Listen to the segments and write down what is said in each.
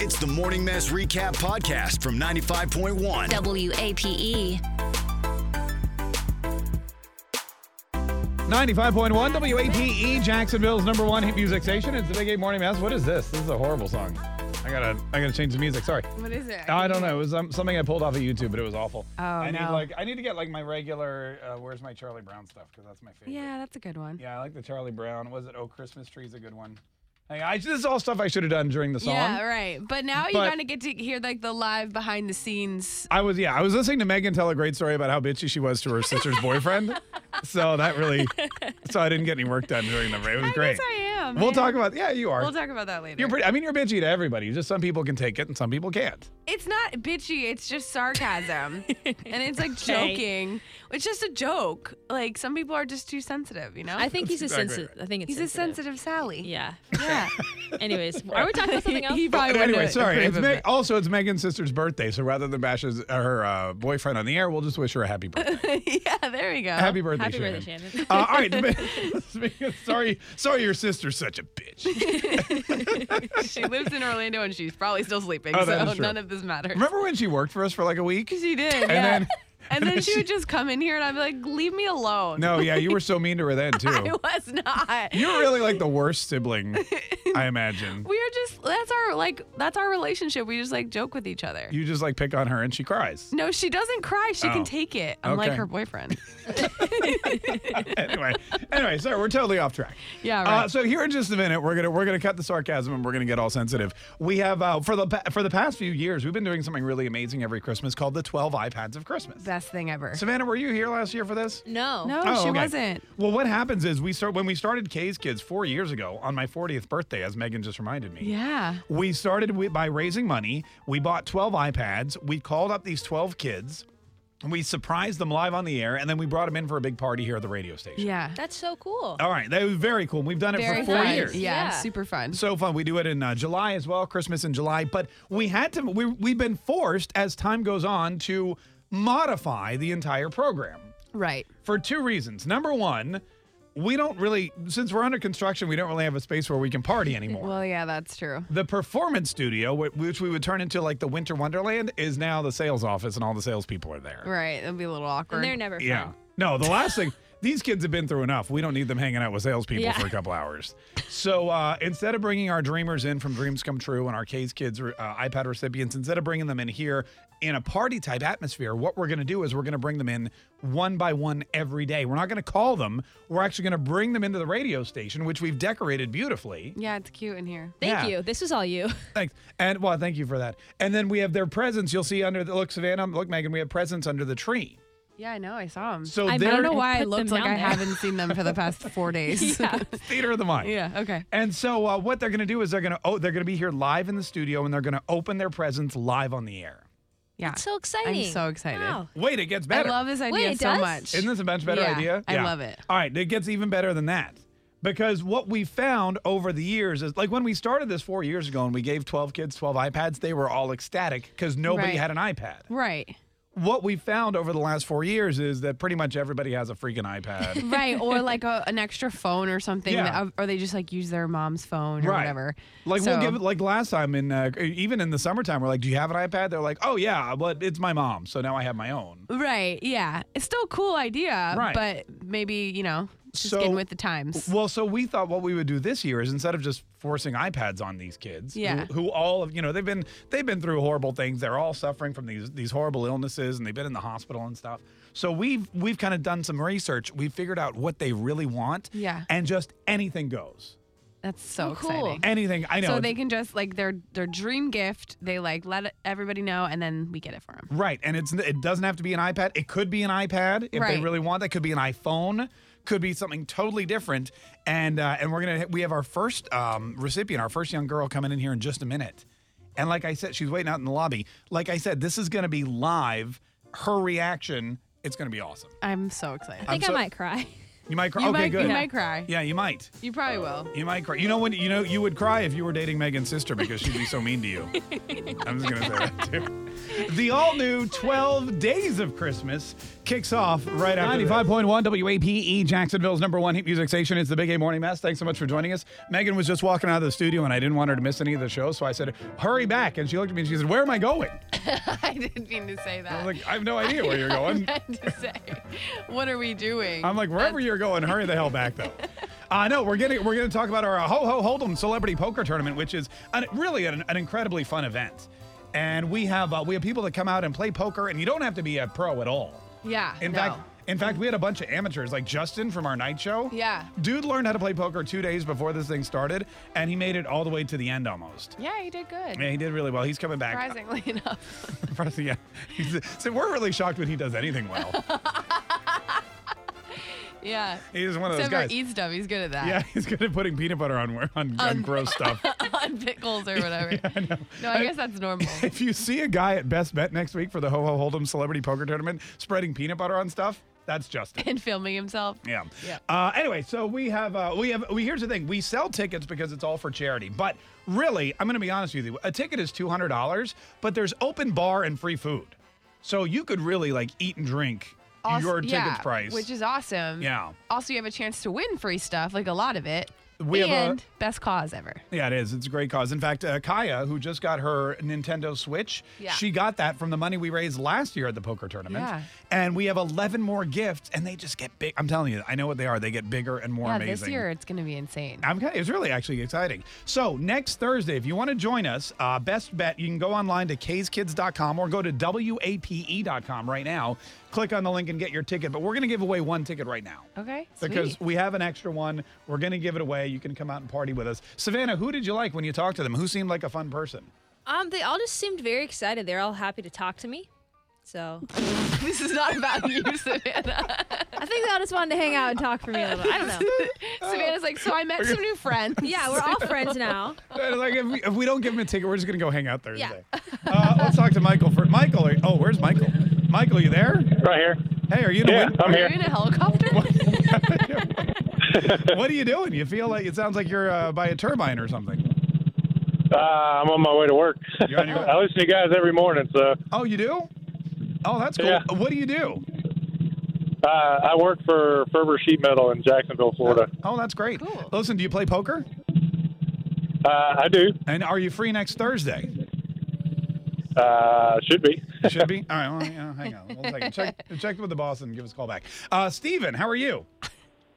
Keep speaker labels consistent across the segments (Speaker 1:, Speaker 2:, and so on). Speaker 1: It's the Morning Mess Recap Podcast from 95.1.
Speaker 2: E.
Speaker 3: WAPE.
Speaker 4: 95.1 WAPE E, Jacksonville's number one hit music station. It's the Big Eight Morning Mass. What is this? This is a horrible song. I gotta, I gotta change the music. Sorry.
Speaker 5: What is it?
Speaker 4: I don't know. It was um, something I pulled off of YouTube, but it was awful.
Speaker 5: Oh,
Speaker 4: I need
Speaker 5: no.
Speaker 4: like, I need to get like my regular. Uh, Where's my Charlie Brown stuff? Because that's my favorite.
Speaker 5: Yeah, that's a good one.
Speaker 4: Yeah, I like the Charlie Brown. Was it Oh Christmas Tree's a good one? Hey, I, this is all stuff I should have done during the song.
Speaker 5: Yeah, right. But now you
Speaker 4: But-
Speaker 5: kind of get to hear like the live behind the scenes.
Speaker 4: I was yeah, I was listening to Megan tell a great story about how bitchy she was to her sister's boyfriend. So that really, so I didn't get any work done during the break. It was
Speaker 5: I
Speaker 4: great.
Speaker 5: guess I am.
Speaker 4: We'll
Speaker 5: man.
Speaker 4: talk about yeah, you are.
Speaker 5: We'll talk about that later.
Speaker 4: You're pretty. I mean, you're bitchy to everybody. Just some people can take it and some people can't.
Speaker 5: it's not bitchy. It's just sarcasm, and it's like
Speaker 6: Okay.
Speaker 5: joking. It's just a joke. Like some people are just too sensitive, you know.
Speaker 6: I think he's a
Speaker 4: exactly
Speaker 6: sensitive. I think it's
Speaker 5: he's a sensitive Sally.
Speaker 6: Yeah.
Speaker 5: Yeah.
Speaker 6: Anyways, are we talking about something else?
Speaker 5: He probably
Speaker 4: But
Speaker 5: wouldn't
Speaker 4: anyway, sorry.
Speaker 5: approve
Speaker 4: It's
Speaker 5: of
Speaker 4: Meg
Speaker 5: it.
Speaker 4: also, it's Megan's sister's birthday, so rather than bash his, her uh, boyfriend on the air, we'll just wish her a happy birthday.
Speaker 5: yeah. There we go.
Speaker 4: happy birthday,
Speaker 6: Happy
Speaker 4: Shannon.
Speaker 6: birthday, Shannon.
Speaker 4: Uh, all right. but- speaking of- sorry, sorry, your sister's such a bitch.
Speaker 5: she lives in Orlando and she's probably still sleeping,
Speaker 4: Oh, that
Speaker 5: so
Speaker 4: is true.
Speaker 5: none of this matters.
Speaker 4: Remember when she worked for us for like a week?
Speaker 5: She did.
Speaker 4: And
Speaker 5: yeah.
Speaker 4: then-
Speaker 5: and then she would just come in here and I'd be like, leave me alone.
Speaker 4: No, yeah, you were so mean to her then
Speaker 5: I
Speaker 4: too.
Speaker 5: was not.
Speaker 4: You're really like the worst sibling, I imagine.
Speaker 5: we are just that's our like that's our relationship. We just like joke with each other.
Speaker 4: You just like pick on her and she cries.
Speaker 5: no, she doesn't cry. She
Speaker 4: Oh.
Speaker 5: can take it. Unlike
Speaker 4: Okay.
Speaker 5: her boyfriend.
Speaker 4: anyway, anyway, sorry, we're totally off track.
Speaker 5: Yeah,
Speaker 4: Uh,
Speaker 5: right.
Speaker 4: so here in just a minute, we're gonna we're gonna cut the sarcasm and we're gonna get all sensitive. We have uh, for the pa- for the past few years, we've been doing something really amazing every Christmas called the Twelve iPads of Christmas.
Speaker 5: Best thing ever.
Speaker 4: Savannah, were you here last year for this?
Speaker 6: No.
Speaker 5: no,
Speaker 4: Oh,
Speaker 5: she
Speaker 4: okay.
Speaker 5: wasn't.
Speaker 4: Well, what happens is we start when we started K's Kids four years ago on my 40th birthday, as Megan just reminded me.
Speaker 5: Yeah.
Speaker 4: We started with, by raising money. We bought 12 iPads. We called up these 12 kids. and We surprised them live on the air, and then we brought them in for a big party here at the radio station.
Speaker 5: Yeah.
Speaker 6: That's so cool.
Speaker 4: All right, that was very cool. We've done it
Speaker 5: Very
Speaker 4: for four
Speaker 5: fun.
Speaker 4: years.
Speaker 5: Yeah,
Speaker 6: Yeah.
Speaker 5: Super fun.
Speaker 4: So fun. We do it in uh, July as well, Christmas in July. But we had to. We, we've been forced as time goes on to modify the entire program
Speaker 5: right.
Speaker 4: for two reasons. Number one, we don't really, since we're under construction, we don't really have a space where we can party anymore.
Speaker 5: Well, yeah, that's true.
Speaker 4: The performance studio, wh- which we would turn into like the Winter Wonderland, is now the sales office, and all the salespeople are there.
Speaker 5: Right. That'd be a little awkward.
Speaker 6: And they're never
Speaker 4: Yeah.
Speaker 6: fun.
Speaker 4: No, the last thing. These kids have been through enough. We don't need them hanging out with salespeople
Speaker 6: Yeah.
Speaker 4: for a couple hours. So uh, instead of bringing our dreamers in from Dreams Come True and our K's Kids uh, iPad recipients, instead of bringing them in here in a party type atmosphere, what we're going to do is we're going to bring them in one by one every day. We're not going to call them. We're actually going to bring them into the radio station, which we've decorated beautifully.
Speaker 5: yeah, it's cute in here.
Speaker 6: Thank
Speaker 4: Yeah.
Speaker 6: you. This is all you.
Speaker 4: Thanks. And well, thank you for that. And then we have their presents. You'll see under the look, Savannah, look, Megan, we have presents under the tree.
Speaker 5: Yeah, I know. I saw them.
Speaker 4: So
Speaker 6: I
Speaker 4: they're
Speaker 5: I don't
Speaker 6: They're-
Speaker 5: know
Speaker 6: I
Speaker 5: why I
Speaker 6: put
Speaker 5: looked
Speaker 6: them
Speaker 5: like
Speaker 6: down
Speaker 5: I
Speaker 6: there.
Speaker 5: haven't seen them for the past four days.
Speaker 6: yeah.
Speaker 4: theater of the mind.
Speaker 5: Yeah, okay.
Speaker 4: And so uh, what they're going to do is they're going to oh they're going to be here live in the studio and they're going to open their presents live on the air.
Speaker 5: Yeah.
Speaker 6: It's so exciting.
Speaker 5: I'm so excited.
Speaker 6: Wow.
Speaker 4: Wait, it gets
Speaker 5: I
Speaker 4: better.
Speaker 5: love this idea
Speaker 6: it
Speaker 5: so
Speaker 6: does?
Speaker 5: much.
Speaker 4: Isn't this a much better
Speaker 5: Yeah,
Speaker 4: idea?
Speaker 5: I love it.
Speaker 4: All right, it gets even better than that. Because what we found over the years is like when we started this 4 years ago and we gave 12 kids 12 iPads, they were all ecstatic cuz nobody
Speaker 5: Right.
Speaker 4: had an iPad.
Speaker 5: right.
Speaker 4: What we found over the last 4 years is that pretty much everybody has a freaking iPad.
Speaker 5: Right. Or like a, an extra phone or something.
Speaker 4: Yeah.
Speaker 5: that- or they just like use their mom's phone or whatever.
Speaker 4: Like
Speaker 5: So-
Speaker 4: we'll give it like last time in uh, even in the summertime we're like, do you have an iPad? They're like, oh yeah, but it's my mom, so now I have my own.
Speaker 5: Right. Yeah. It's still a cool idea,
Speaker 4: Right.
Speaker 5: but maybe, you know, just
Speaker 4: So-
Speaker 5: getting with the times.
Speaker 4: Well, so we thought what we would do this year is instead of just forcing iPads on these kids, who-
Speaker 5: Yeah.
Speaker 4: who, all of you know they've been they've been through horrible things. They're all suffering from these these horrible illnesses, and they've been in the hospital and stuff. So we've we've kind of done some research. We figured out what they really want.
Speaker 5: Yeah.
Speaker 4: and just anything goes.
Speaker 5: That's so
Speaker 6: Oh, cool.
Speaker 5: exciting.
Speaker 4: Anything I know.
Speaker 5: so they can just like their their dream gift, they like let e, everybody know and then we get it for them.
Speaker 4: Right, and it's it doesn't have to be an iPad. It could be an iPad if they
Speaker 5: Right.
Speaker 4: really want. That could be an iPhone. Could be something totally different. And uh, and we're gonna we have our first um, recipient, our first young girl coming in here in just a minute. And like I said, she's waiting out in the lobby. Like I said, this is gonna be live. Her reaction, it's gonna be awesome.
Speaker 5: I'm so excited.
Speaker 6: I think
Speaker 4: so-
Speaker 6: I might cry.
Speaker 4: You might cry.
Speaker 5: You
Speaker 4: okay,
Speaker 5: might
Speaker 4: good.
Speaker 5: you might cry.
Speaker 4: Yeah, you might.
Speaker 5: You probably will.
Speaker 4: You might cry. You know when you know you would cry if you were dating Megan's sister because she'd be so mean to you. I'm just gonna say that too. The all new 12 Days of Christmas kicks off right after 95.1 WAPE E, Jacksonville's number one hit music station. It's the Big A Morning Mess. Thanks so much for joining us. Megan was just walking out of the studio and I didn't want her to miss any of the show, so I said, "Hurry back!" And she looked at me and she said, "Where am I going?"
Speaker 5: I didn't mean to say
Speaker 4: I
Speaker 5: that.
Speaker 4: was like, "I have no idea where you're going."
Speaker 5: I meant to say, what are we doing?
Speaker 4: I'm like, wherever you're going, hurry the hell back though. Uh, no, we're getting we're going to talk about our uh, Ho Ho Hold'em Celebrity Poker Tournament, which is an, really an, an incredibly fun event. And we have uh, we have people that come out and play poker, and you don't have to be a pro at all.
Speaker 5: yeah.
Speaker 4: In
Speaker 5: no.
Speaker 4: fact, in fact, we had a bunch of amateurs like Justin from our night show.
Speaker 5: Yeah.
Speaker 4: dude learned how to play poker two days before this thing started, and he made it all the way to the end almost.
Speaker 5: Yeah, you did good.
Speaker 4: Yeah, he did really well. He's coming back.
Speaker 5: Surprisingly enough.
Speaker 4: Surprising, yeah. He's- so we're really shocked when he does anything well.
Speaker 5: Yeah.
Speaker 4: He's one of those
Speaker 5: Except for
Speaker 4: guys.
Speaker 5: eats stuff. He's good at that.
Speaker 4: Yeah, he's good at putting peanut butter on on,
Speaker 5: Um,
Speaker 4: on gross stuff.
Speaker 5: on pickles or whatever.
Speaker 4: I know.
Speaker 5: No, I guess that's normal.
Speaker 4: If you see a guy at Best Bet next week for the Ho Ho Hold'em Celebrity Poker Tournament spreading peanut butter on stuff, that's Justin.
Speaker 5: and filming himself.
Speaker 4: Yeah.
Speaker 5: Yeah.
Speaker 4: Uh, anyway, so we have uh, we have we here's the thing: we sell tickets because it's all for charity. But really, I'm going to be honest with you: a ticket is two hundred dollars, but there's open bar and free food, so you could really like eat and drink
Speaker 5: Also-
Speaker 4: your ticket
Speaker 5: yeah,
Speaker 4: price.
Speaker 5: Which is awesome.
Speaker 4: Yeah.
Speaker 5: Also, you have a chance to win free stuff, like a lot of it.
Speaker 4: We have a-
Speaker 5: and best cause ever.
Speaker 4: Yeah, it is. It's a great cause. In fact, uh, Kaya, who just got her Nintendo Switch,
Speaker 5: Yeah.
Speaker 4: she got that from the money we raised last year at the poker tournament.
Speaker 5: Yeah.
Speaker 4: And we have 11 more gifts, and they just get big. I'm telling you, I know what they are. They get bigger and more
Speaker 5: yeah,
Speaker 4: amazing.
Speaker 5: this year it's going to be insane.
Speaker 4: I'm kind of, it's really actually exciting. So next Thursday, if you want to join us, uh, best bet you can go online to kskids.com or go to wape.com E right now. Click on the link and get your ticket. But we're going to give away one ticket right now.
Speaker 5: Okay,
Speaker 4: Because
Speaker 5: sweet.
Speaker 4: we have an extra one. We're going to give it away. You can come out and party with us. Savannah, who did you like when you talked to them? Who seemed like a fun person?
Speaker 6: Um, they all just seemed very excited. They're all happy to talk to me. So
Speaker 5: this is not about you, Savannah.
Speaker 6: I think they all just wanted to hang out and talk for me a little. I don't know.
Speaker 5: Savannah's like, so I met some new friends.
Speaker 6: Yeah, we're all friends now.
Speaker 4: Uh, like if we, if we don't give him a ticket, we're just going to go hang out Thursday.
Speaker 6: Yeah.
Speaker 4: Uh, let's talk to Michael for Michael. Are, oh, where's Michael? Michael, you there?
Speaker 3: Right here.
Speaker 4: Hey, are you in a
Speaker 3: Yeah,
Speaker 4: win-
Speaker 3: I'm
Speaker 5: Are you
Speaker 3: here.
Speaker 5: in a helicopter?
Speaker 4: What are you doing? You feel like it sounds like you're uh, by a turbine or something.
Speaker 3: Uh, I'm on my way to work.
Speaker 4: You're on your way.
Speaker 3: I listen to you guys every morning, so
Speaker 4: Oh, you do? Oh, that's cool.
Speaker 3: Yeah.
Speaker 4: What do you do?
Speaker 3: uh, I work for Ferber Sheet Metal in Jacksonville, Florida.
Speaker 4: Oh, that's great.
Speaker 5: Cool.
Speaker 4: Listen, do you play poker?
Speaker 3: Uh, I do.
Speaker 4: And are you free next Thursday?
Speaker 3: Uh, should be.
Speaker 4: Should be. All right. Well, yeah, hang on. One second. Check, check with the boss and give us a call back. Uh, Steven, how are you?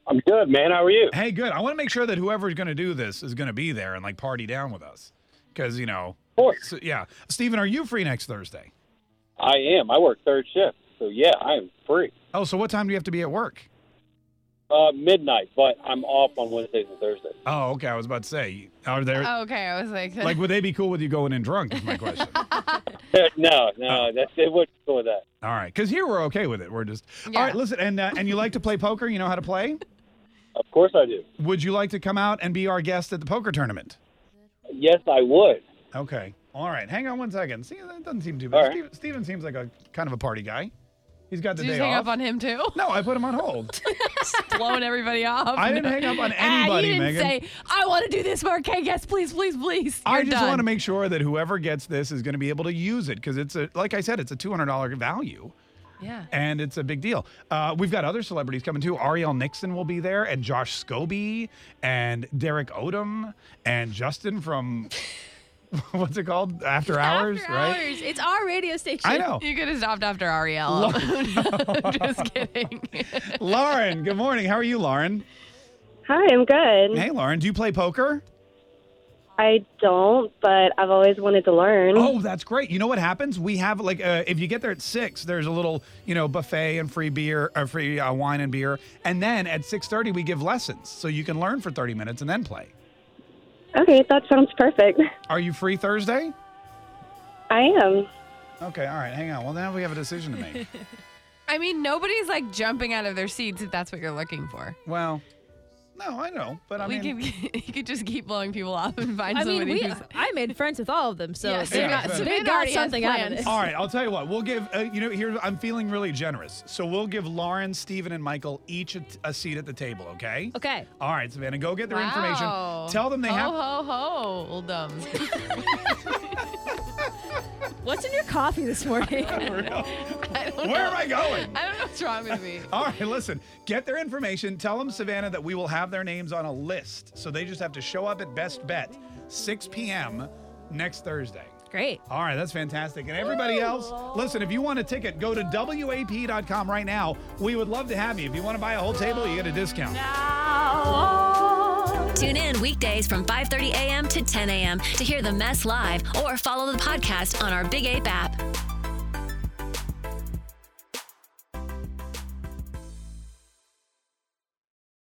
Speaker 3: I'm good, man. How are you?
Speaker 4: Hey, good. I want to make sure that whoever's going to do this is going to be there and like party down with us, because you know.
Speaker 7: course.
Speaker 4: so- yeah, Steven, are you free next Thursday?
Speaker 7: I am. I work third shift, so yeah, I am free.
Speaker 4: Oh, so what time do you have to be at work?
Speaker 7: Uh, midnight, but I'm off on Wednesdays and Thursdays.
Speaker 4: Oh, okay. I was about to say, are there
Speaker 5: Oh, okay, I was like,
Speaker 4: like would they be cool with you going in drunk? Is my question.
Speaker 7: no, no, that's it. Wouldn't go with that.
Speaker 4: All right, because here we're okay with it. We're just all
Speaker 5: Yeah.
Speaker 4: right. Listen, and uh, and you like to play poker? You know how to play?
Speaker 7: Of course, I do.
Speaker 4: Would you like to come out and be our guest at the poker tournament?
Speaker 7: Yes, I would.
Speaker 4: Okay. All right. Hang on one second. See, that doesn't seem too
Speaker 7: All
Speaker 4: bad.
Speaker 7: right.
Speaker 4: Steve- Steven seems like a kind of a party guy. He's got the
Speaker 5: did you
Speaker 4: day
Speaker 5: just hang
Speaker 4: off.
Speaker 5: up on him too?
Speaker 4: no, I put him on hold.
Speaker 5: Blowing everybody off.
Speaker 4: I didn't hang up on
Speaker 5: ah,
Speaker 4: anybody,
Speaker 5: you didn't
Speaker 4: Megan.
Speaker 5: say, I want to do this, Marquez. Yes, please, please, please.
Speaker 4: I
Speaker 5: You're
Speaker 4: just
Speaker 5: done.
Speaker 4: want to make sure that whoever gets this is going to be able to use it because it's a like I said, it's a two hundred dollar value.
Speaker 5: Yeah.
Speaker 4: and it's a big deal. Uh, we've got other celebrities coming too. Ariel Nixon will be there, and Josh Scobie, and Derek Odom, and Justin from what's it called? After Hours,
Speaker 6: After
Speaker 4: right?
Speaker 6: hours, it's our radio station.
Speaker 4: I know.
Speaker 5: You could have stopped after Ariel. just kidding.
Speaker 4: Lauren, good morning. How are you, Lauren?
Speaker 8: Hi, I'm good.
Speaker 5: Mm-hmm.
Speaker 4: Hey, Lauren, do you play poker?
Speaker 8: I don't, but I've always wanted to learn.
Speaker 5: Mm-hmm.
Speaker 4: Oh, that's great. You know what happens? We have like uh, if you get there at six, there's a little you know buffet and free beer, uh, free uh, wine and beer, and then at six thirty we give lessons, so you can learn for thirty minutes and then play.
Speaker 8: Okay, that sounds perfect.
Speaker 4: Are you free Thursday?
Speaker 8: I am.
Speaker 4: Okay, all right, hang on. Well, now we have a decision to make.
Speaker 5: I mean, nobody's like jumping out of their seats if that's what you're looking for.
Speaker 4: Well, No, I know, but I
Speaker 5: we
Speaker 4: mean,
Speaker 5: could you could just keep blowing people off and find
Speaker 6: I mean,
Speaker 5: somebody
Speaker 6: we, uh,
Speaker 5: who's
Speaker 6: I made friends with all of them, so
Speaker 5: Yeah,
Speaker 6: they
Speaker 4: Savannah-
Speaker 6: got,
Speaker 4: Savannah
Speaker 6: they got
Speaker 5: already has
Speaker 6: something out of
Speaker 5: plans.
Speaker 6: this.
Speaker 4: All right, I'll tell you what. We'll give uh, you know here. I'm feeling really generous, so we'll give Lauren, Steven, and Michael each a, a seat at the table. Okay.
Speaker 6: Okay.
Speaker 4: All right, Savannah, go get their
Speaker 5: Wow.
Speaker 4: information. Tell them they
Speaker 5: ho,
Speaker 4: have.
Speaker 5: ho ho old um.
Speaker 6: What's in your coffee this morning?
Speaker 5: I don't know.
Speaker 4: Where am I going?
Speaker 5: I don't know what's wrong with me.
Speaker 4: All right, listen. Get their information. Tell them, Savannah, that we will have their names on a list, so they just have to show up at Best Bet, 6 p.m. next Thursday.
Speaker 6: Great.
Speaker 4: All right, that's fantastic. And everybody else, listen, if you want a ticket, go to WAP.com right now. We would love to have you. If you want to buy a whole table, you get a discount.
Speaker 2: Tune in weekdays from 5:30 a.m. to 10 a.m. to hear the mess live or follow the podcast on our Big Ape app.